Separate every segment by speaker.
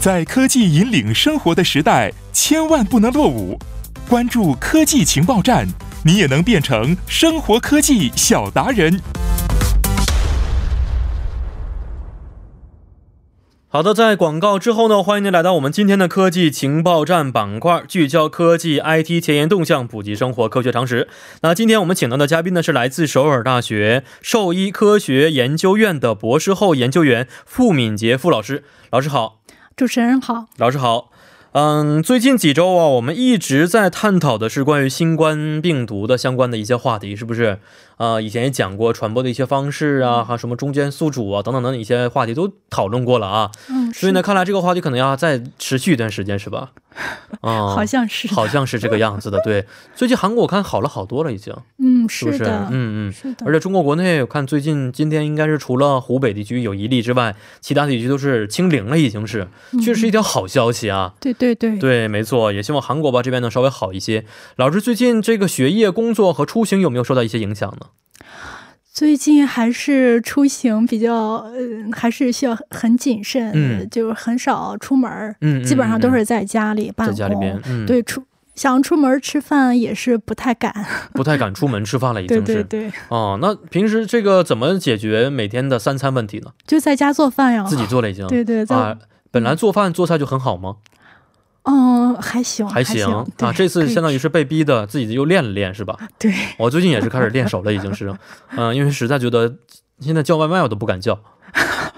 Speaker 1: 在科技引领生活的时代，千万不能落伍。关注科技情报站，你也能变成生活科技小达人。
Speaker 2: 好的，在广告之后呢，欢迎您来到我们今天的科技情报站板块，聚焦科技 IT 前沿动向，普及生活科学常识。那今天我们请到的嘉宾呢，是来自首尔大学兽医科学研究院的博士后研究员傅敏杰傅老师。老师好，
Speaker 3: 主持人好，
Speaker 2: 老师好。嗯，最近几周啊，我们一直在探讨的是关于新冠病毒的相关的一些话题，是不是？啊、以前也讲过传播的一些方式啊，还有什么中间宿主啊，等等等等一些话题都讨论过了啊。
Speaker 3: 嗯，
Speaker 2: 所以呢，
Speaker 3: 是，
Speaker 2: 看来这个话题可能要再持续一段时间，是 吧？啊、
Speaker 3: 好像是，
Speaker 2: 好像是这个样子的。对， 最近韩国我看好了好多了，已经
Speaker 3: 嗯，
Speaker 2: 是不是？
Speaker 3: 的，
Speaker 2: 嗯嗯。
Speaker 3: 是的，
Speaker 2: 而且中国国内我看最近今天应该是除了湖北地区有一例之外，其他地区都是清零了，已经是，确实是一
Speaker 3: 嗯，
Speaker 2: 条好消息啊。
Speaker 3: 对对对，
Speaker 2: 对，没错，也希望韩国吧这边能稍微好一些。老师最近这个学业、工作和出行有没有受到一些影响呢？
Speaker 3: 最近还是出行比较，呃，还是需要很谨慎，
Speaker 2: 嗯
Speaker 3: 就是很少出门儿，
Speaker 2: 嗯，嗯
Speaker 3: 基本上都
Speaker 2: 嗯
Speaker 3: 是在家里办
Speaker 2: 在家
Speaker 3: 公，
Speaker 2: 里边，嗯，，
Speaker 3: 对出。想出门吃饭也是不太敢，
Speaker 2: 不太敢出门吃饭了，已经
Speaker 3: 对
Speaker 2: 是。
Speaker 3: 对对，
Speaker 2: 哦，那平时这个怎么解决每天的三餐问题呢？
Speaker 3: 就在家做饭呀，
Speaker 2: 自己做了已经。
Speaker 3: 啊对对，在、
Speaker 2: 啊，本来做饭做菜就很好吗？
Speaker 3: 嗯还行
Speaker 2: 还
Speaker 3: 行
Speaker 2: 啊，这次相当
Speaker 3: 于
Speaker 2: 于是被逼的，自己又练了练是吧？
Speaker 3: 对，
Speaker 2: 我最近也是开始练手了，已经是，嗯、因为实在觉得现在叫外卖我都不敢叫。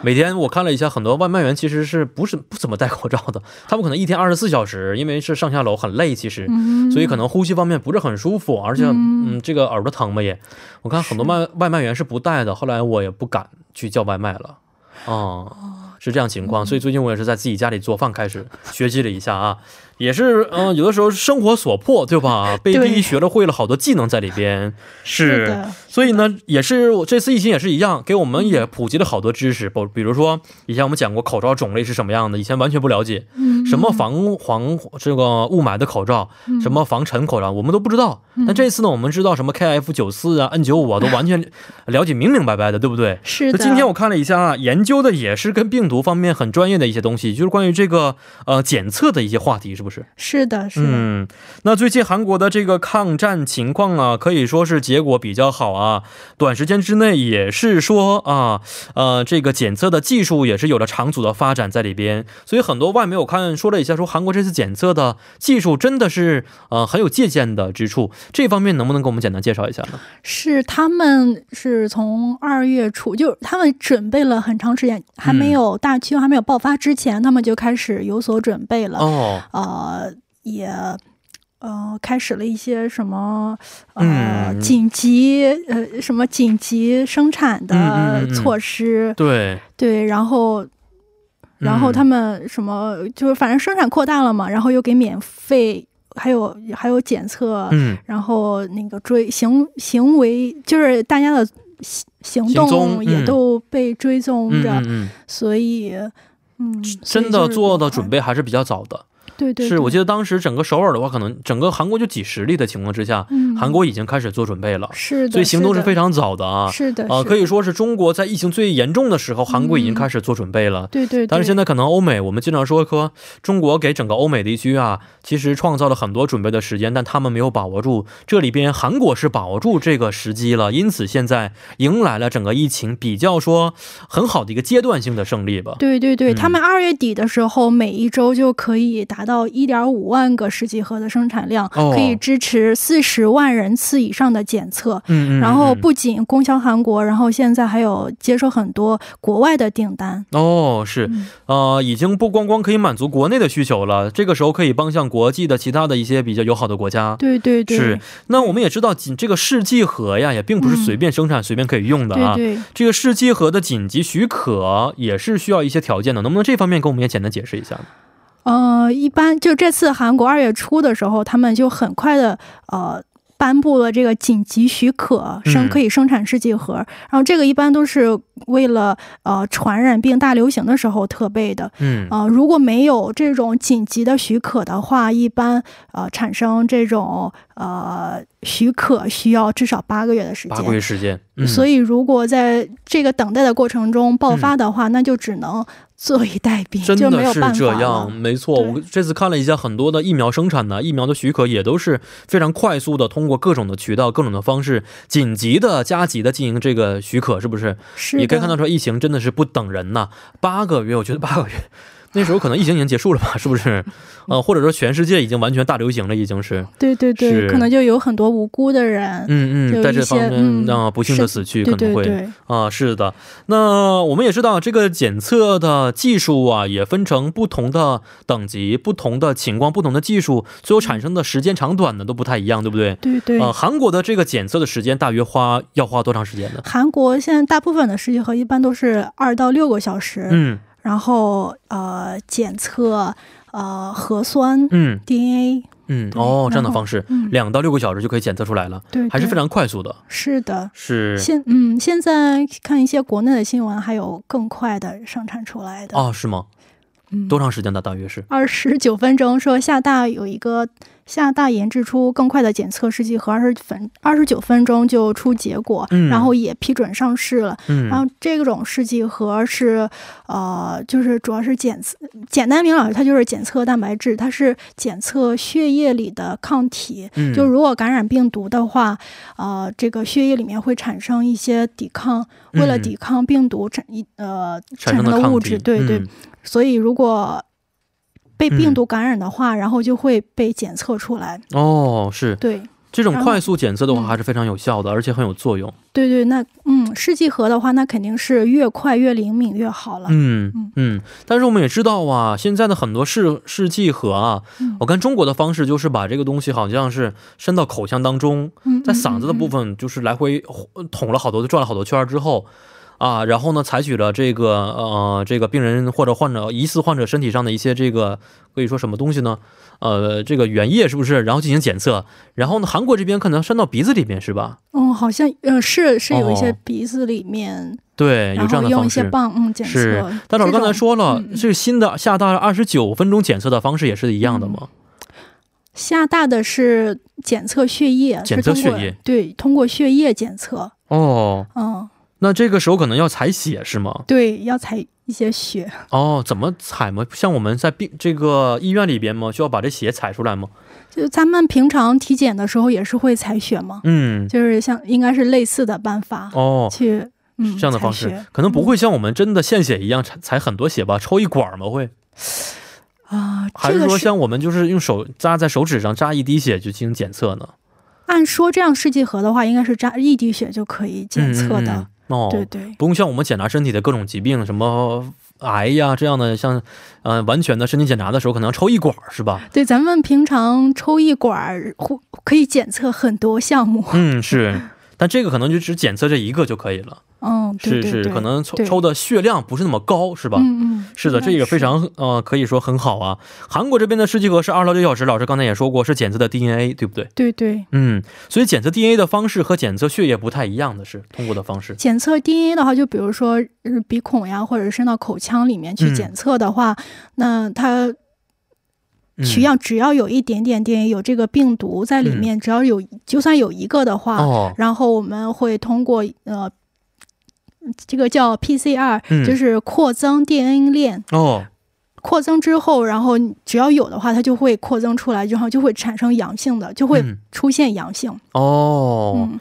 Speaker 2: 每天我看了一下，很多外卖员其实是不是不怎么戴口罩的，他们可能一天二十四小时，因为是上下楼很累，其实，
Speaker 3: 嗯，
Speaker 2: 所以可能呼吸方面不是很舒服，而且
Speaker 3: 嗯
Speaker 2: 嗯，这个耳朵疼吧也，我看很多外外卖员是不带的，后来我也不敢去叫外卖了，哦、是这样情况，所以最近我也是在自己家里做饭，开始学习了一下啊，也是嗯、有的时候生活所迫，对吧？被逼
Speaker 3: 对
Speaker 2: 学了会了好多技能在里边，
Speaker 3: 是的，
Speaker 2: 所以呢，也是我这次疫情也是一样，给我们也普及了好多知识，比比如说以前我们讲过口罩种类是什么样的，以前完全不了解，
Speaker 3: 嗯，
Speaker 2: 什么防防这个雾霾的口罩，什么防尘口罩，我们都不知道。
Speaker 3: 嗯
Speaker 2: 但这次呢，我们知道什么 KF 九四啊、N 九五啊，都完全了解明明白白的，对不对？
Speaker 3: 是的，
Speaker 2: 那今天我看了一下啊，研究的也是跟病毒方面很专业的一些东西，就是关于这个呃检测的一些话题，是不是？
Speaker 3: 是的，是的，
Speaker 2: 嗯，那最近韩国的这个抗战情况啊，可以说是结果比较好啊，短时间之内也是说啊，呃，这个检测的技术也是有了长足的发展在里边，所以很多外媒我看说了一下，说韩国这次检测的技术真的是呃很有借鉴的之处，这方面能不能给我们简单介绍一下呢？
Speaker 3: 是他们是从二月初，就是他们准备了很长时间，还
Speaker 2: 嗯
Speaker 3: 没有大区还没有爆发之前，他们就开始有所准备了，
Speaker 2: 哦，
Speaker 3: 呃，也。呃，开始了一些什么呃、
Speaker 2: 嗯
Speaker 3: 紧急呃什么紧急生产
Speaker 2: 嗯
Speaker 3: 的
Speaker 2: 嗯嗯嗯
Speaker 3: 措施，
Speaker 2: 对，
Speaker 3: 对，然后然后
Speaker 2: 嗯
Speaker 3: 他们什么就是反正生产扩大了嘛，然后又给免费，还有还有检测，
Speaker 2: 嗯
Speaker 3: 然后那个追行行为，就是大家的行行
Speaker 2: 行踪
Speaker 3: 动也
Speaker 2: 嗯
Speaker 3: 都被追踪
Speaker 2: 嗯
Speaker 3: 着，
Speaker 2: 嗯嗯，
Speaker 3: 所以，嗯，啊所以
Speaker 2: 真
Speaker 3: 就
Speaker 2: 的
Speaker 3: 是
Speaker 2: 做
Speaker 3: 比较
Speaker 2: 的准
Speaker 3: 快，
Speaker 2: 备还是比较早的，
Speaker 3: 对对
Speaker 2: 是我记
Speaker 3: 得、
Speaker 2: 得当时整个首尔的话，可能整个韩国就几十例的情况之下，
Speaker 3: 嗯、
Speaker 2: 韩国已经开始做准备了，
Speaker 3: 是的，
Speaker 2: 所以行动是
Speaker 3: 的
Speaker 2: 非常早的啊。
Speaker 3: 是的
Speaker 2: 啊、
Speaker 3: 是
Speaker 2: 可以
Speaker 3: 的
Speaker 2: 说是中国在疫情最严重的时候，韩国已经开始做准备了。
Speaker 3: 对对对，
Speaker 2: 但是现
Speaker 3: 在
Speaker 2: 在可能欧美，我们经常说说中国给整个欧美地区啊，其实创造了很多准备的时间，但他们没有把握住。这里边韩国是把握住这个时机了，因此现在迎来了整个疫情比较说很好的一个阶段性的胜利吧。
Speaker 3: 对对对，他
Speaker 2: 嗯
Speaker 3: 们二月底的时候，每一周就可以达到一点五万个试剂盒的生产量，
Speaker 2: 哦
Speaker 3: 可以支持四十万人次以上的检测。
Speaker 2: 嗯嗯。
Speaker 3: 然后
Speaker 2: 嗯
Speaker 3: 不仅供销韩国，然后现在还有接收很多国外的订单。
Speaker 2: 哦，是
Speaker 3: 嗯，
Speaker 2: 呃，已经不光光可以满足国内的需求了，这个时候可以帮向国际的其他的一些比较友好的国家。
Speaker 3: 对对对，嗯
Speaker 2: 是，那我们也知道，紧这个试剂盒呀，也并不是随便生产、随便可以用的啊。
Speaker 3: 对对，
Speaker 2: 这个试剂盒的紧急许可也是需要一些条件的，能不能这方面给我们也简单解释一下呢？
Speaker 3: 呃，一般就这次韩国二月初的时候，他们就很快的呃颁布了这个紧急许可，生
Speaker 2: 嗯
Speaker 3: 可以生产试剂盒。然后这个一般都是为了呃传染病大流行的时候特备的。
Speaker 2: 嗯，
Speaker 3: 呃，如果没有这种紧急的许可的话，一般呃产生这种呃许可需要至少八个月的时
Speaker 2: 八个月
Speaker 3: 间。
Speaker 2: 时间，嗯、
Speaker 3: 所
Speaker 2: 以
Speaker 3: 以，如果在这个等待的过程中爆发的话，那就只能坐以待毙，
Speaker 2: 嗯真
Speaker 3: 就没有
Speaker 2: 的是
Speaker 3: 办法
Speaker 2: 这
Speaker 3: 了
Speaker 2: 样，。没错。
Speaker 3: 对
Speaker 2: 我这次看了一下，很多的疫苗生产呢，疫苗的许可也都是非常快速的，通过各种的渠道、各种的方式，紧急的、加急的进行这个许可，是不是？
Speaker 3: 是的
Speaker 2: 也可以看到说，疫情真的是不等人呐、八个月，我觉得八个月，那时候可能疫情已经结束了吧，是不是？呃，或者说全世界已经完全大流行了，已经是，
Speaker 3: 对对
Speaker 2: 是
Speaker 3: 对，可能就有很多无辜的人，
Speaker 2: 嗯
Speaker 3: 有
Speaker 2: 嗯，在这
Speaker 3: 一些
Speaker 2: 方面
Speaker 3: 嗯
Speaker 2: 啊、不幸的
Speaker 3: 是
Speaker 2: 死去可
Speaker 3: 对
Speaker 2: 能
Speaker 3: 对
Speaker 2: 会。
Speaker 3: 对，
Speaker 2: 啊，是的。那我们也知道，这个检测的技术啊，也分成不同的等级、不同的情况、不同的技术，最后产生的时间长短呢都不太一样，对不对？
Speaker 3: 对对。
Speaker 2: 呃，韩国的这个检测的时间大约花要花多长时间呢？
Speaker 3: 韩国现在大部分的试剂盒一般都是二到六个小时，
Speaker 2: 嗯
Speaker 3: 然后呃检测呃核酸、
Speaker 2: 嗯
Speaker 3: DNA，
Speaker 2: 嗯，
Speaker 3: 对
Speaker 2: 哦，这样的
Speaker 3: 然后
Speaker 2: 方式，
Speaker 3: 嗯，
Speaker 2: 两到六个小时就可以检测出来了，
Speaker 3: 对，
Speaker 2: 还是
Speaker 3: 对
Speaker 2: 非常快速的。
Speaker 3: 是的。
Speaker 2: 是
Speaker 3: 现嗯，现在看一些国内的新闻，还有更快的生产出来的，
Speaker 2: 啊，是吗？
Speaker 3: 嗯
Speaker 2: 多长时间呢？大约是
Speaker 3: 二十九分钟说厦大有一个厦大研制出更快的检测试剂盒，二十分二十九分钟就出结果，
Speaker 2: 嗯
Speaker 3: 然后也批准上市了。
Speaker 2: 嗯
Speaker 3: 然后这种试剂盒是，呃，就是主要是检测，简单明了，它就是检测蛋白质，它是检测血液里的抗体。
Speaker 2: 嗯
Speaker 3: 就如果感染病毒的话，呃，这个血液里面会产生一些抵抗，为了
Speaker 2: 嗯
Speaker 3: 抵抗病毒产一呃
Speaker 2: 产
Speaker 3: 产
Speaker 2: 生
Speaker 3: 生
Speaker 2: 的
Speaker 3: 的
Speaker 2: 抗
Speaker 3: 物
Speaker 2: 体
Speaker 3: 质，对对
Speaker 2: 嗯，
Speaker 3: 所以如果被
Speaker 2: 嗯
Speaker 3: 病毒感染的话，然后就会被检测出来。
Speaker 2: 哦，是
Speaker 3: 对
Speaker 2: 这种
Speaker 3: 然后
Speaker 2: 快速检测的话，
Speaker 3: 嗯
Speaker 2: 还是非常有效的，而且很有作用。
Speaker 3: 对对，那嗯，试剂盒的话，那肯定是越快越灵敏越好了。
Speaker 2: 嗯嗯，但是我们也知道啊，现在的很多试试剂盒啊，
Speaker 3: 嗯
Speaker 2: 我看中国的方式就是把这个东西好像是伸到口腔当中，
Speaker 3: 嗯，
Speaker 2: 在嗓子的
Speaker 3: 嗯嗯
Speaker 2: 部分就是来回呃捅了好多，转了好多圈儿之后。啊，然后呢，采取了这个呃，这个病人或者患者疑似患者身体上的一些这个可以说什么东西呢？呃，这个原液是不是？然后进行检测，然后呢，韩国这边可能伸到鼻子里面是吧？
Speaker 3: 嗯，好像嗯是是有一些
Speaker 2: 哦
Speaker 3: 鼻子里面，
Speaker 2: 对，有
Speaker 3: 然
Speaker 2: 这样
Speaker 3: 后
Speaker 2: 的
Speaker 3: 用
Speaker 2: 方
Speaker 3: 一
Speaker 2: 式
Speaker 3: 些。棒嗯检
Speaker 2: 是
Speaker 3: 测。
Speaker 2: 大老师刚才
Speaker 3: 这种
Speaker 2: 说了
Speaker 3: 嗯，嗯
Speaker 2: 这个新的厦大二十九分钟检测的方式也是一
Speaker 3: 嗯
Speaker 2: 样的吗？
Speaker 3: 厦大的是检测血液，
Speaker 2: 检
Speaker 3: 是
Speaker 2: 测
Speaker 3: 通过
Speaker 2: 血液
Speaker 3: 对，通过血液检测，
Speaker 2: 哦，
Speaker 3: 嗯，
Speaker 2: 那这个时候可能要采血是吗？
Speaker 3: 对，要采一些血，
Speaker 2: 哦，怎么采吗？像我们在病这个医院里边吗？需要把这血采出来吗？
Speaker 3: 就咱们平常体检的时候也是会采血嘛，
Speaker 2: 嗯，
Speaker 3: 就是像应该是类似的办法、
Speaker 2: 哦，
Speaker 3: 去嗯
Speaker 2: 是这样的
Speaker 3: 采
Speaker 2: 方
Speaker 3: 血
Speaker 2: 式可能不会像我们真的献血一样采采很多血吧？抽一管儿吗？会？
Speaker 3: 啊，
Speaker 2: 还
Speaker 3: 这
Speaker 2: 是
Speaker 3: 个
Speaker 2: 说
Speaker 3: 是
Speaker 2: 像我们就是用手扎在手指上扎一滴血就进行检测呢？
Speaker 3: 按说这样试剂盒的话，应该是扎一滴血就可以检测
Speaker 2: 嗯嗯
Speaker 3: 的，
Speaker 2: 嗯哦，
Speaker 3: 对对。
Speaker 2: 不用像我们检查身体的各种疾病，什么癌呀这样的，像呃完全的身体检查的时候，可能要抽一管儿是吧？
Speaker 3: 对，咱们平常抽一管儿，呼可以检测很多项目。
Speaker 2: 嗯，是。但这个可能就只检测这一个就可以了，
Speaker 3: 嗯，对对
Speaker 2: 是
Speaker 3: 对，
Speaker 2: 是，可能抽
Speaker 3: 对
Speaker 2: 抽的血量不是那么高，是吧？
Speaker 3: 嗯嗯，
Speaker 2: 是的，
Speaker 3: 应该
Speaker 2: 这个非常呃，可以说很好啊。韩国这边的试剂盒是二到六小时，老师刚才也说过是检测的 DNA，对不对？
Speaker 3: 对对。
Speaker 2: 嗯，所以检测 DNA 的方式和检测血液不太一样的是通过的方式。
Speaker 3: 检测 DNA 的话，就比如说呃鼻孔呀，或者伸到口腔里面去
Speaker 2: 嗯
Speaker 3: 检测的话，那它
Speaker 2: 嗯
Speaker 3: 取样只要有一点点 DNA 有这个病毒在里面，只要有就算有一个的话，
Speaker 2: 哦，
Speaker 3: 然后我们会通过呃这个叫 PCR，、
Speaker 2: 嗯
Speaker 3: 就是扩增 DNA 链，
Speaker 2: 哦，
Speaker 3: 扩增之后，然后你只要有的话，它就会扩增出来，然后就会产生阳性的，就会
Speaker 2: 嗯
Speaker 3: 出现阳性。
Speaker 2: 哦、
Speaker 3: 嗯，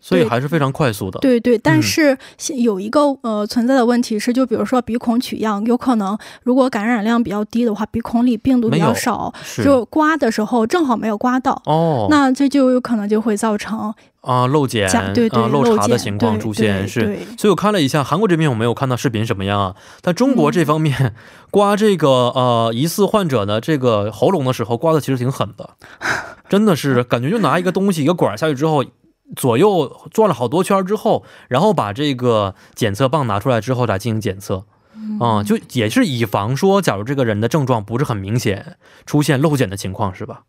Speaker 2: 所以
Speaker 3: 对
Speaker 2: 还是非常快速的。
Speaker 3: 对对，
Speaker 2: 嗯
Speaker 3: 但是现有一个呃存在的问题是，就比如说鼻孔取样，有可能如果感染量比较低的话，鼻孔里病毒
Speaker 2: 没
Speaker 3: 比
Speaker 2: 有
Speaker 3: 较少，
Speaker 2: 是
Speaker 3: 就刮的时候正好没有刮到。
Speaker 2: 哦，
Speaker 3: 那这就有可能就会造成
Speaker 2: 啊漏检
Speaker 3: 假对对
Speaker 2: 啊漏查的情
Speaker 3: 检
Speaker 2: 况
Speaker 3: 对
Speaker 2: 出现
Speaker 3: 对
Speaker 2: 是。
Speaker 3: 对
Speaker 2: 所以我看了一下韩国这边，我没有看到视频什么样啊。但中国
Speaker 3: 嗯
Speaker 2: 这方面、刮这个呃疑似患者的这个喉咙的时候，刮的其实挺狠 的，真的是感觉就拿一个东西一个管儿下去之后，左右转了好多圈儿之后，然后把这个检测棒拿出来之后来进行检测。
Speaker 3: 嗯
Speaker 2: 啊、就也是以防说，假如这个人的症状不是很明显，出现漏检的情况是吧？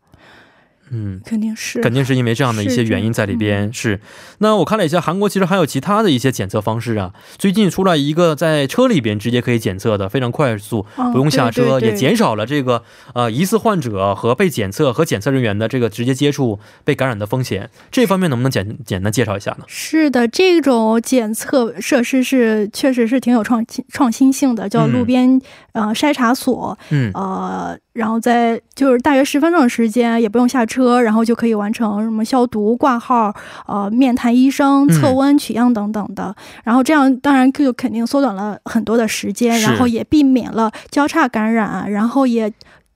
Speaker 2: 嗯，
Speaker 3: 肯定是嗯
Speaker 2: 肯定是因为这样的一些原因在里边。是，那我看了一下，韩国其实还有其他的一些检测方式啊。最近出来一个在车里边直接可以检测的，非常快速，
Speaker 3: 哦
Speaker 2: 不用下车，
Speaker 3: 对对对
Speaker 2: 也减少了这个呃疑似患者和被检测和检测人员的这个直接接触被感染的风险。这方面能不能简简单介绍一下呢？
Speaker 3: 是的，这种检测设施是确实是挺有创新创新性的，叫
Speaker 2: 嗯
Speaker 3: 路边、呃筛查所，
Speaker 2: 嗯，
Speaker 3: 呃，然后在就是大约十分钟的时间，也不用下车，然后就可以完成什么消毒、挂号、呃面谈医生、测
Speaker 2: 嗯
Speaker 3: 温、取样等等的。然后这样当然就肯定缩短了很多的时间，
Speaker 2: 是
Speaker 3: 然后也避免了交叉感染，然后也。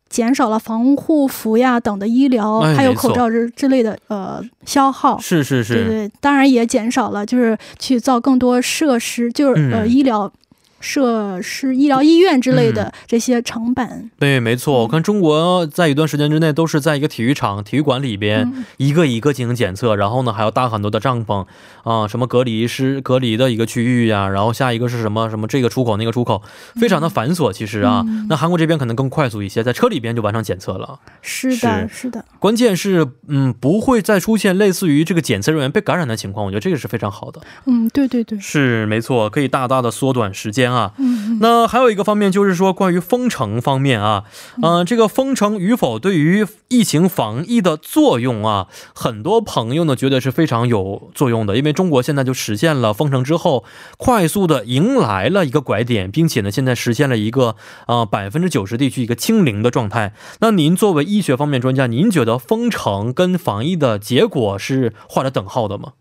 Speaker 3: 减少了防护服呀等的医疗，
Speaker 2: 哎
Speaker 3: 还有
Speaker 2: 没错
Speaker 3: 口罩之之类的呃消耗。
Speaker 2: 是是是，
Speaker 3: 对对，当然也减少了，就是去造更多设施，就是、呃
Speaker 2: 嗯
Speaker 3: 医疗设施、医疗医院之类的这些成本。
Speaker 2: 对，没错，
Speaker 3: 嗯
Speaker 2: 我看中国在一段时间之内都是在一个体育场、体育馆里边、
Speaker 3: 嗯
Speaker 2: 一个一个进行检测，然后呢还要搭很多的帐篷啊、什么隔离师隔离的一个区域呀、然后下一个是什么什么这个出口那个出口，非常的繁琐。其实啊、
Speaker 3: 嗯
Speaker 2: 那韩国这边可能更快速一些，在车里边就完成检测了。
Speaker 3: 是的，是的，
Speaker 2: 关键是，嗯，不会再出现类似于这个检测人员被感染的情况，我觉得这个是非常好的。
Speaker 3: 嗯，对对对，
Speaker 2: 是没错，可以大大的缩短时间啊。
Speaker 3: 嗯，嗯
Speaker 2: 那还有一个方面就是说，关于封城方面啊，嗯、这个封城与否对于疫情防疫的作用啊，很多朋友呢觉得是非常有作用的，因为中国现在就实现了封城之后，快速的迎来了一个拐点，并且呢，现在实现了一个啊百分之九十地区一个清零的状态。那您作为医学方面专家，您觉得封城跟防疫的结果是画着等号的吗？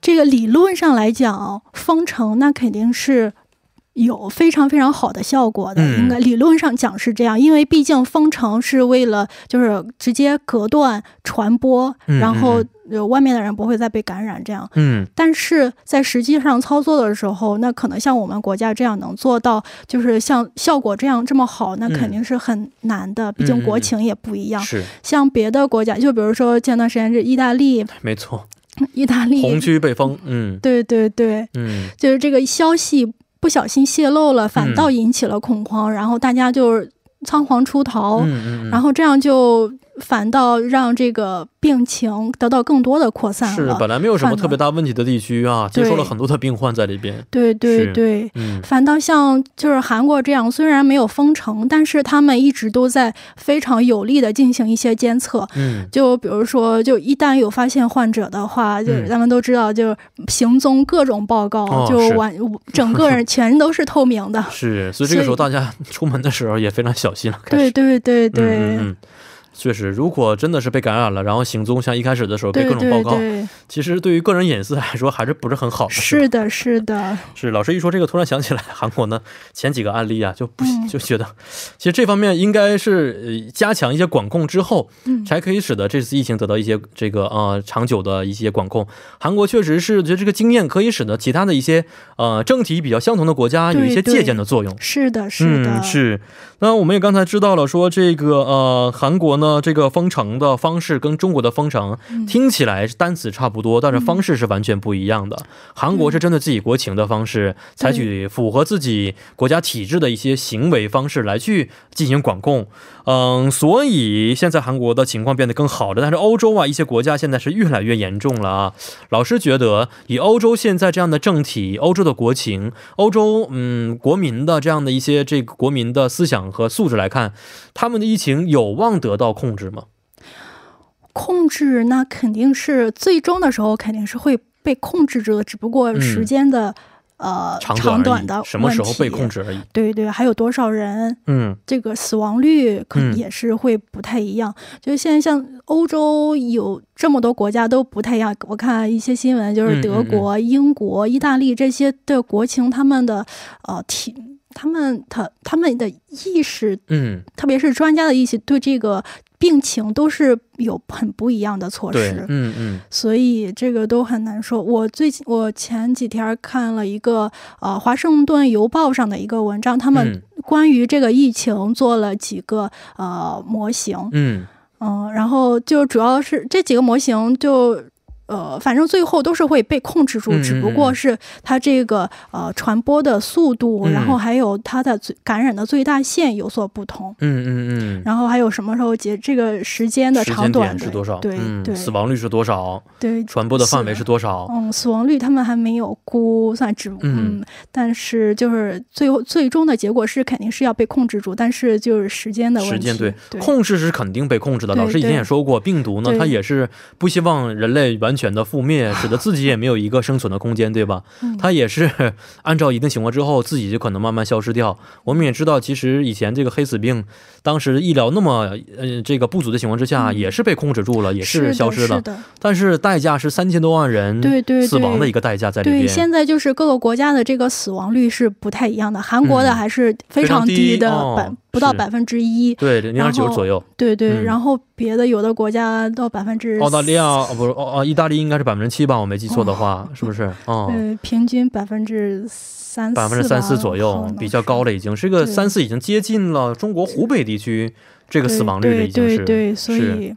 Speaker 3: 这个理论上来讲，封城那肯定是。有非常非常好的效果的，
Speaker 2: 嗯
Speaker 3: 应该理论上讲是这样，因为毕竟封城是为了就是直接隔断传播，
Speaker 2: 嗯
Speaker 3: 然后
Speaker 2: 嗯
Speaker 3: 呃外面的人不会再被感染这样。
Speaker 2: 嗯，
Speaker 3: 但是在实际上操作的时候，那可能像我们国家这样能做到，就是像效果这样这么好，那
Speaker 2: 嗯
Speaker 3: 肯定是很难的。毕竟国情也不一样。
Speaker 2: 是
Speaker 3: 像别的国家，就比如说前段时间是意大利，
Speaker 2: 没错，
Speaker 3: 意大
Speaker 2: 红
Speaker 3: 利，
Speaker 2: 区被封，嗯
Speaker 3: 对对对，
Speaker 2: 嗯，
Speaker 3: 就是这个消息不小心泄露了，反倒引起了恐慌，然后大家就是仓皇出逃，
Speaker 2: 嗯嗯嗯
Speaker 3: 哦然后这样就反倒让这个病情得到更多的扩散
Speaker 2: 是
Speaker 3: 了。
Speaker 2: 本来没有什么
Speaker 3: 犯了
Speaker 2: 特别大问题的地区啊，接
Speaker 3: 对
Speaker 2: 受了很多的病患在里边。
Speaker 3: 对
Speaker 2: 是
Speaker 3: 对对，
Speaker 2: 嗯，
Speaker 3: 反倒像就是韩国这样，虽然没有封城，但是他们一直都在非常有力的进行一些监测。
Speaker 2: 嗯，
Speaker 3: 就比如说，就一旦有发现患者的话，就是咱们都知道，就是行踪各种报告，
Speaker 2: 嗯哦
Speaker 3: 就是完整 个人全都是透明的。
Speaker 2: 是，所以这个时候大家 出门的时候也非常小心了。开
Speaker 3: 对
Speaker 2: 始，
Speaker 3: 对对
Speaker 2: 嗯
Speaker 3: 对
Speaker 2: 嗯嗯，确实，如果真的是被感染了，然后行踪像一开始的时候被
Speaker 3: 对
Speaker 2: 各种报
Speaker 3: 对
Speaker 2: 告，
Speaker 3: 对，
Speaker 2: 其实对于个人隐私来说还是不是很好的。
Speaker 3: 是的，是的，
Speaker 2: 是，老师一说这个，突然想起来韩国呢前几个案例啊，就不
Speaker 3: 嗯
Speaker 2: 就觉得，其实这方面应该是呃加强一些管控之后，
Speaker 3: 嗯
Speaker 2: 才可以使得这次疫情得到一些这个呃长久的一些管控。韩国确实是觉得这个经验可以使得其他的一些呃政体比较相同的国家有一些
Speaker 3: 对对
Speaker 2: 借鉴的作用。
Speaker 3: 是的，是的，
Speaker 2: 嗯，是。那我们也刚才知道了，说这个呃，韩国呢，这个封城的方式跟中国的封城、
Speaker 3: 嗯
Speaker 2: 听起来单词差不多，但是方式是完全不一样的。韩国
Speaker 3: 嗯
Speaker 2: 是针对自己国情的方式，采取符合自己国家体制的一些行为方式来去进行管控。嗯，所以现在韩国的情况变得更好了，但是欧洲啊，一些国家现在是越来越严重了啊。老师觉得，以欧洲现在这样的政体、欧洲的国情、欧洲嗯国民的这样的一些这个国民的思想和素质来看，他们的疫情有望得到控制吗？
Speaker 3: 控制那肯定是最终的时候肯定是会被控制住的，只不过时间的、呃
Speaker 2: 嗯长
Speaker 3: 长
Speaker 2: 短
Speaker 3: 短
Speaker 2: 而
Speaker 3: 的
Speaker 2: 已，什么时候
Speaker 3: 问题
Speaker 2: 被控？制而已。
Speaker 3: 对对，还有多少人？
Speaker 2: 嗯
Speaker 3: 这个死亡率可
Speaker 2: 嗯
Speaker 3: 能也是会不太一样，就是现在像欧洲有这么多国家都不太一样。我看一些新闻，就
Speaker 2: 嗯
Speaker 3: 是德国、英国、意大利这些的国情，他们的呃体，他们他他们的意识
Speaker 2: 嗯，
Speaker 3: 特别是专家的意识对这个病情都是有很不一样的措
Speaker 2: 对
Speaker 3: 施，，
Speaker 2: 嗯嗯
Speaker 3: 所以这个都很难说。我最近我前几天看了一个呃《华盛顿邮报》上的一个文章，他们
Speaker 2: 嗯
Speaker 3: 关于这个疫情做了几个呃模型，
Speaker 2: 嗯
Speaker 3: 嗯，然后就主要是这几个模型就。呃，反正最后都是会被控制住，
Speaker 2: 嗯嗯嗯
Speaker 3: 只不过是它这个呃传播的速度，
Speaker 2: 嗯
Speaker 3: 然后还有它的最感染的最大限有所不同，
Speaker 2: 嗯嗯嗯，
Speaker 3: 然后还有什么时候结这个时间的
Speaker 2: 时
Speaker 3: 长
Speaker 2: 间
Speaker 3: 短
Speaker 2: 点
Speaker 3: 的
Speaker 2: 是多少？
Speaker 3: 对
Speaker 2: 嗯
Speaker 3: 对
Speaker 2: 死亡率是多少？
Speaker 3: 对，
Speaker 2: 传播的范围
Speaker 3: 是
Speaker 2: 是多少？
Speaker 3: 嗯，死亡率他们还没有估算，只
Speaker 2: 嗯
Speaker 3: 嗯，但是就是最后最终的结果是肯定是要被控制住，但是就是时间的问题，
Speaker 2: 时间对
Speaker 3: 对
Speaker 2: 控制是肯定被控制的。
Speaker 3: 对
Speaker 2: 老师以前
Speaker 3: 对
Speaker 2: 也说过，病毒呢，
Speaker 3: 对
Speaker 2: 它也是不希望人类完全的覆灭，使得自己也没有一个生存的空间，对吧？
Speaker 3: 嗯
Speaker 2: 它也是按照一定情况之后，自己就可能慢慢消失掉。我们也知道，其实以前这个黑死病，当时医疗那么呃这个不足的情况之下，
Speaker 3: 嗯
Speaker 2: 也是被控制住了，也
Speaker 3: 是的
Speaker 2: 消失
Speaker 3: 是
Speaker 2: 了。
Speaker 3: 的，
Speaker 2: 但是代价是三千多万人
Speaker 3: 对对
Speaker 2: 死亡的
Speaker 3: 对
Speaker 2: 一个代价在里
Speaker 3: 对，
Speaker 2: 边。
Speaker 3: 现在就是各个国家的这个死亡率是不太一样的，韩国的
Speaker 2: 嗯
Speaker 3: 还是非
Speaker 2: 非常
Speaker 3: 常
Speaker 2: 低
Speaker 3: 低的
Speaker 2: 哦
Speaker 3: 百、不到
Speaker 2: 是
Speaker 3: 百分之一，
Speaker 2: 对，零点
Speaker 3: 然
Speaker 2: 九
Speaker 3: 后
Speaker 2: 左右。
Speaker 3: 对对、
Speaker 2: 嗯
Speaker 3: 然后别的有的国家到百分之
Speaker 2: 澳大利亚哦，不是哦哦，意大利应该是百分之七吧，我没记错的话，是 不是？哦，
Speaker 3: 呃，平均百分之三
Speaker 2: 百分之三四左右，比较高
Speaker 3: 的
Speaker 2: 了，已经是个
Speaker 3: 对
Speaker 2: 三四，已经接近了中国湖北地区这个死亡率了，已经
Speaker 3: 对
Speaker 2: 是。
Speaker 3: 对对，所以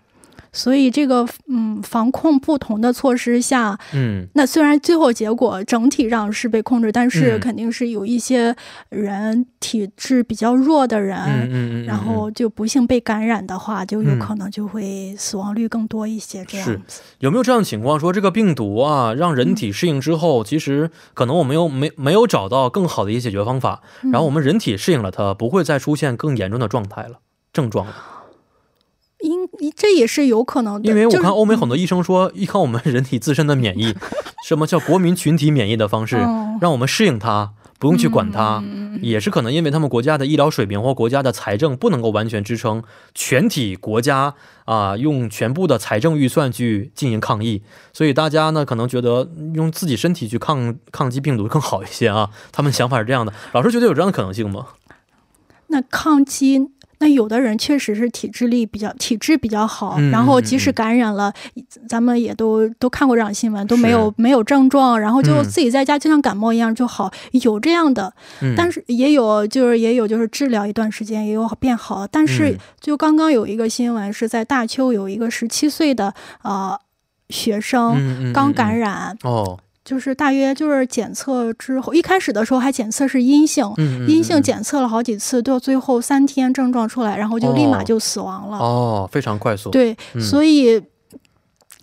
Speaker 3: 所以这个嗯，防控不同的措施下，
Speaker 2: 嗯，
Speaker 3: 那虽然最后结果整体上是被控制，但是
Speaker 2: 嗯
Speaker 3: 肯定是有一些人体质比较弱的人。
Speaker 2: 嗯嗯嗯，嗯
Speaker 3: 然后就不幸被感染的话，就有可能就会死亡率更多一些。这样
Speaker 2: 是有没有这样的情况，说这个病毒啊，让人体适应之后，其实可能我们又没没有找到更好的一些解决方法，然后我
Speaker 3: 嗯
Speaker 2: 们人体适应了它，不会再出现更严重的状态了。症状了，
Speaker 3: 应这也是有可能的，
Speaker 2: 因为我
Speaker 3: 就是
Speaker 2: 看欧美很
Speaker 3: 嗯
Speaker 2: 多医生说， 依靠我们人体自身的免 疫，什么叫国民群体免疫的方式，
Speaker 3: 嗯
Speaker 2: 让我们适应它，不用去管它。
Speaker 3: 嗯
Speaker 2: 也是可能因为他们国家的医疗水平或国家的财政不能够完全支撑全体国家啊、用全部的财政预算去进行抗疫，所以大家呢可能觉得嗯用自己身体去抗抗击病毒更好一些啊。 他们想法是这样的，老师觉得有这样的可能性吗？
Speaker 3: 那抗击，那有的人确实是体质力比较体质比较好，
Speaker 2: 嗯
Speaker 3: 然后
Speaker 2: 嗯
Speaker 3: 即使
Speaker 2: 嗯
Speaker 3: 感染了，咱们也都都看过这样的新闻，都
Speaker 2: 是
Speaker 3: 没有没有症状，然后就
Speaker 2: 嗯
Speaker 3: 自己在家就像感冒一样就好，有这样的，
Speaker 2: 嗯，
Speaker 3: 但是也有就是也有就是治疗一段时间也有变好，但是
Speaker 2: 嗯
Speaker 3: 就刚刚有一个新闻是在大邱有一个十七岁的呃学生
Speaker 2: 嗯
Speaker 3: 刚感、
Speaker 2: 嗯嗯
Speaker 3: 染，
Speaker 2: 嗯哦，
Speaker 3: 就是大约就是检测之后，一开始的时候还检测是阴性，
Speaker 2: 嗯，嗯
Speaker 3: 阴性
Speaker 2: 嗯
Speaker 3: 检测了好几次，到最后三天症状出来，然后就立马就死亡了。
Speaker 2: 哦，非常快速，
Speaker 3: 对，
Speaker 2: 嗯
Speaker 3: 所以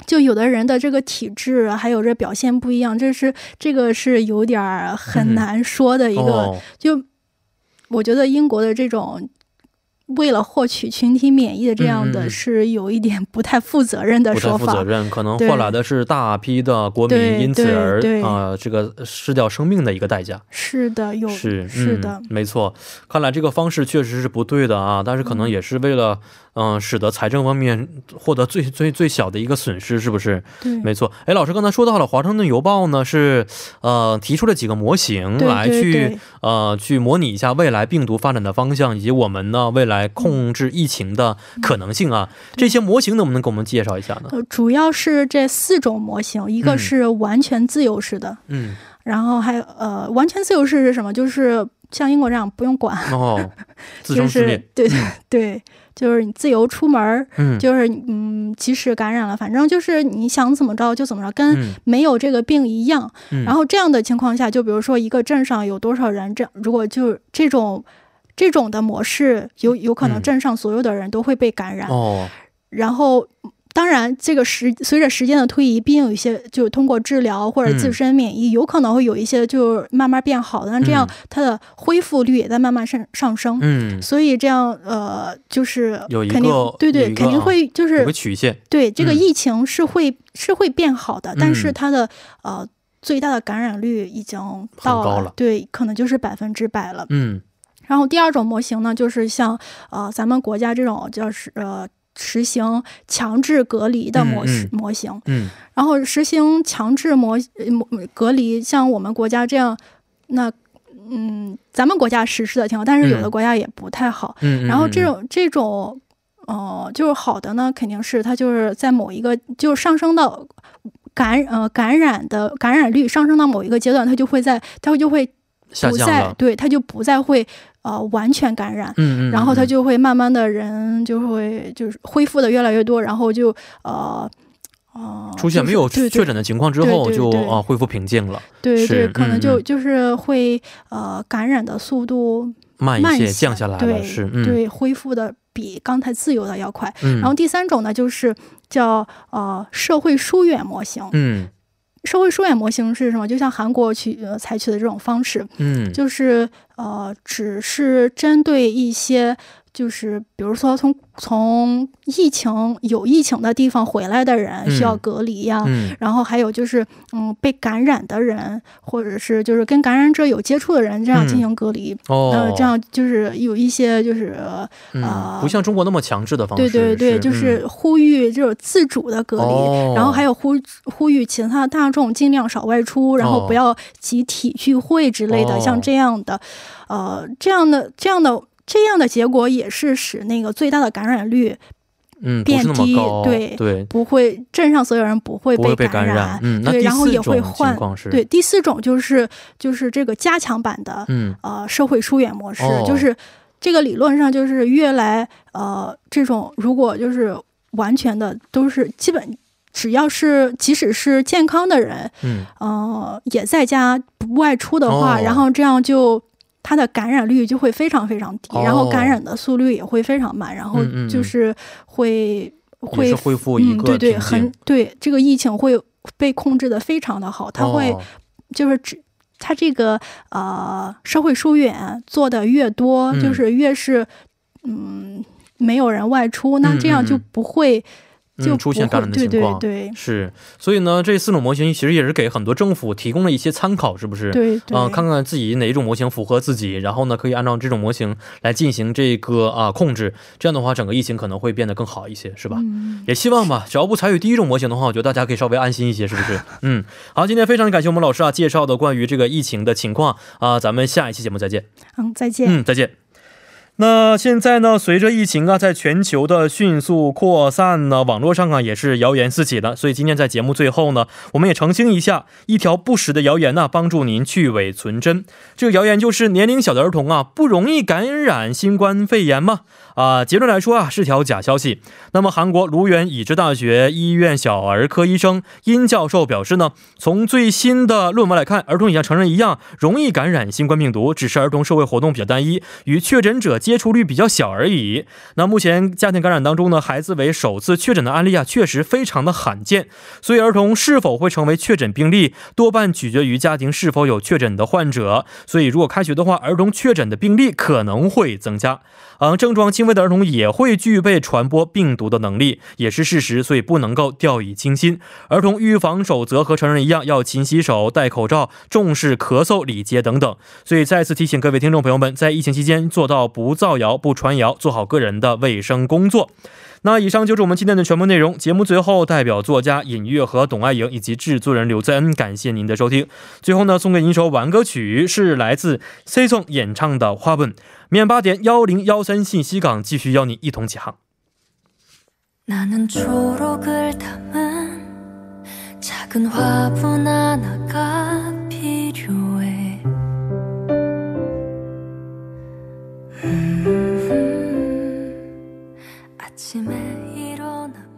Speaker 3: 就有的人的这个体质还有这表现不一样，这是这个是有点儿很难说的一个。
Speaker 2: 嗯哦、
Speaker 3: 就我觉得英国的这种。为了获取群体免疫的这样
Speaker 2: 嗯嗯
Speaker 3: 的
Speaker 2: 嗯
Speaker 3: 是有一点不太负责任的
Speaker 2: 不太
Speaker 3: 说
Speaker 2: 负责
Speaker 3: 法，
Speaker 2: 任，可能
Speaker 3: 对
Speaker 2: 换来的是大批的国民
Speaker 3: 对
Speaker 2: 因此
Speaker 3: 对
Speaker 2: 而
Speaker 3: 对
Speaker 2: 啊、这个失掉生命的一个代价。
Speaker 3: 是的，有
Speaker 2: 是
Speaker 3: 是的
Speaker 2: 嗯，，没错。看来这个方式确实是不对的啊，但是可能也是为了，嗯、使得财政方面获得最最最小的一个损失，是不是？
Speaker 3: 对，
Speaker 2: 没错。哎，老师刚才说到了《华盛顿邮报》呢，是呃提出了几个模型
Speaker 3: 对
Speaker 2: 来
Speaker 3: 对
Speaker 2: 去
Speaker 3: 对
Speaker 2: 呃去模拟一下未来病毒发展的方向，以及我们呢未来控制疫情的可能性啊。
Speaker 3: 嗯
Speaker 2: 这些模型能不能给我们介绍一下呢？
Speaker 3: 呃，主要是这四种模型，一个
Speaker 2: 嗯
Speaker 3: 是完全自由式的，
Speaker 2: 嗯，
Speaker 3: 然后还有呃，完全自由式是什么？就是像英国这样不用管，
Speaker 2: 哦，自
Speaker 3: 就
Speaker 2: 生自
Speaker 3: 是
Speaker 2: 灭。
Speaker 3: 对对对，就是你自由出门儿，
Speaker 2: 嗯，
Speaker 3: 就是嗯，即使感染了，反正就是你想怎么着就怎么着，跟
Speaker 2: 嗯
Speaker 3: 没有这个病一样。
Speaker 2: 嗯，
Speaker 3: 然后这样的情况下，就比如说一个镇上有多少人，这如果就这种。这种的模式有有可能
Speaker 2: 嗯
Speaker 3: 镇上所有的人都会被感染，
Speaker 2: 哦，
Speaker 3: 然后，当然，这个时随着时间的推移，毕竟有一些就是通过治疗或者
Speaker 2: 嗯
Speaker 3: 自身免疫，有可能会有一些就是慢慢变好的。那这样
Speaker 2: 嗯，
Speaker 3: 它的恢复率也在慢慢上上升。
Speaker 2: 嗯，
Speaker 3: 所以这样，呃，就是
Speaker 2: 有一
Speaker 3: 肯定
Speaker 2: 个有
Speaker 3: 对
Speaker 2: 一
Speaker 3: 对，
Speaker 2: 个
Speaker 3: 肯定会
Speaker 2: 有
Speaker 3: 就是
Speaker 2: 个曲线。
Speaker 3: 对这个
Speaker 2: 嗯
Speaker 3: 疫情是会、是会变好的，但是
Speaker 2: 嗯
Speaker 3: 它的呃最大的感染率已经到
Speaker 2: 高了
Speaker 3: 对，可能就是百分之百了。
Speaker 2: 嗯，
Speaker 3: 然后第二种模型呢，就是像呃咱们国家这种就是呃实行强制隔离的模式、
Speaker 2: 嗯
Speaker 3: 模型。
Speaker 2: 嗯
Speaker 3: 然后实行强制模呃模隔离，像我们国家这样，那嗯咱们国家实施的挺好，但是有的
Speaker 2: 嗯
Speaker 3: 国家也不太好。
Speaker 2: 嗯，
Speaker 3: 然后这
Speaker 2: 嗯
Speaker 3: 种这种。呃，就是好的呢，肯定是它就是在某一个就是上升到感呃感染的感染率上升到某一个阶段，它就会在它就会
Speaker 2: 下
Speaker 3: 不
Speaker 2: 降
Speaker 3: 再
Speaker 2: 了，
Speaker 3: 对，它就不再会呃完全感染，
Speaker 2: 嗯嗯，
Speaker 3: 然后它
Speaker 2: 嗯
Speaker 3: 就会慢慢的人就会就是恢复的越来越多，然后就呃。哦，
Speaker 2: 出现
Speaker 3: 就是
Speaker 2: 没有
Speaker 3: 对对
Speaker 2: 确诊的情况之后
Speaker 3: 对对
Speaker 2: 就
Speaker 3: 对
Speaker 2: 啊恢复平静了，
Speaker 3: 对对，
Speaker 2: 是
Speaker 3: 可能
Speaker 2: 嗯
Speaker 3: 就
Speaker 2: 嗯
Speaker 3: 就是会呃感染的速度
Speaker 2: 慢
Speaker 3: 慢
Speaker 2: 一些
Speaker 3: 一些，
Speaker 2: 降下来了，
Speaker 3: 对
Speaker 2: 是嗯
Speaker 3: 对，恢复的比刚才自由的要快。
Speaker 2: 嗯，
Speaker 3: 然后第三种呢，就是叫呃社会疏远模型。
Speaker 2: 嗯
Speaker 3: 社会疏远模型是什么？就像韩国去、呃、采取的这种方式，
Speaker 2: 嗯
Speaker 3: 就是呃，只是针对一些，就是比如说从从疫情有疫情的地方回来的人
Speaker 2: 嗯
Speaker 3: 需要隔离呀、
Speaker 2: 嗯
Speaker 3: 然后还有就是，嗯，被感染的人，或者是就是跟感染者有接触的人，这样进
Speaker 2: 嗯
Speaker 3: 行隔离。
Speaker 2: 哦
Speaker 3: 呃，，这样就是有一些就是，呃
Speaker 2: 嗯
Speaker 3: 啊
Speaker 2: 不像中国那么强制的方
Speaker 3: 对
Speaker 2: 式，
Speaker 3: 对对，
Speaker 2: 是嗯
Speaker 3: 就是呼吁这种自主的隔离，
Speaker 2: 哦
Speaker 3: 然后还有呼呼吁其他大众尽量少外出，然后不要集体聚会之类的，
Speaker 2: 哦
Speaker 3: 像这样的，呃，这样的这样的这样的结果也是使那个最大的感染率
Speaker 2: 嗯嗯不
Speaker 3: 变
Speaker 2: 是那么
Speaker 3: 低
Speaker 2: 高，
Speaker 3: 对
Speaker 2: 对，
Speaker 3: 不会镇上所有人不会
Speaker 2: 不会被
Speaker 3: 感
Speaker 2: 感染，嗯，那
Speaker 3: 对，
Speaker 2: 第
Speaker 3: 然后
Speaker 2: 四
Speaker 3: 也
Speaker 2: 种
Speaker 3: 会
Speaker 2: 情
Speaker 3: 患。
Speaker 2: 况是，
Speaker 3: 对，，第四种就是就是这个加强版的，
Speaker 2: 嗯
Speaker 3: 呃社会疏远模式，
Speaker 2: 哦
Speaker 3: 就是这个理论上就是越来呃这种如果就是完全的都是基本。只要是即使是健康的人，
Speaker 2: 嗯
Speaker 3: 呃，也在家不外出的话，
Speaker 2: 哦
Speaker 3: 然后这样就他的感染率就会非常非常低，
Speaker 2: 哦
Speaker 3: 然后感染的速率也会非常慢，然后
Speaker 2: 嗯嗯嗯
Speaker 3: 就是会、
Speaker 2: 也
Speaker 3: 会
Speaker 2: 是恢复一
Speaker 3: 嗯，
Speaker 2: 个
Speaker 3: 对对，
Speaker 2: 平
Speaker 3: 很
Speaker 2: 静
Speaker 3: 对，这个疫情会被控制的非常的好，它会、
Speaker 2: 哦
Speaker 3: 就是只它这个呃社会疏远做的越多，
Speaker 2: 嗯
Speaker 3: 就是越是嗯没有人外出，那
Speaker 2: 嗯
Speaker 3: 这样
Speaker 2: 嗯
Speaker 3: 就
Speaker 2: 嗯
Speaker 3: 不会、就
Speaker 2: 嗯出现
Speaker 3: 不
Speaker 2: 感
Speaker 3: 会
Speaker 2: 染的
Speaker 3: 对
Speaker 2: 情
Speaker 3: 对
Speaker 2: 况，
Speaker 3: 对
Speaker 2: 是，所以呢，这四种模型其实也是给很多政府提供了一些参考，是不是？
Speaker 3: 对对，
Speaker 2: 啊、看看自己哪一种模型符合自己，然后呢，可以按照这种模型来进行这个啊、控制。这样的话，整个疫情可能会变得更好一些，是吧？
Speaker 3: 嗯，
Speaker 2: 也希望吧，只要不采取第一种模型的话，我觉得大家可以稍微安心一些，是不 是？嗯，好，今天非常感谢我们老师啊介绍的关于这个疫情的情况啊、咱们下一期节目再见。
Speaker 3: 嗯，再见。
Speaker 2: 嗯，再见。那现在呢？随着疫情啊，在全球的迅速扩散呢，网络上啊也是谣言四起的。所以今天在节目最后呢，我们也澄清一下，一条不实的谣言呢、帮助您去伪存真。这个谣言就是年龄小的儿童啊不容易感染新冠肺炎吗？啊，结论来说啊是条假消息。那么韩国卢源已知大学医院小儿科医生殷教授表示呢，从最新的论文来看，儿童也像成人一样容易感染新冠病毒，只是儿童社会活动比较单一，与确诊者接触率比较小而已。那目前家庭感染当中呢，孩子为首次确诊的案例啊，确实非常的罕见。所以儿童是否会成为确诊病例，多半取决于家庭是否有确诊的患者。所以如果开学的话，儿童确诊的病例可能会增加。嗯，症状轻微的儿童也会具备传播病毒的能力，也是事实，所以不能够掉以轻心。儿童预防守则和成人一样，要勤洗手、戴口罩、重视咳嗽礼节等等。所以再次提醒各位听众朋友们，在疫情期间做到不造谣、不传谣，做好个人的卫生工作。那以上就是我们今天的全部内容。节目最后，代表作家尹月和董爱颖以及制作人刘在恩，感谢您的收听。最后呢，送给您一首晚安歌曲，是来自 C Song 演唱的《花问》。面八点幺零幺三信息港继续邀您一同起航。
Speaker 4: 나는 초록을 담은 작은 화분 하나가 필요해. 음, 아침에 일어나면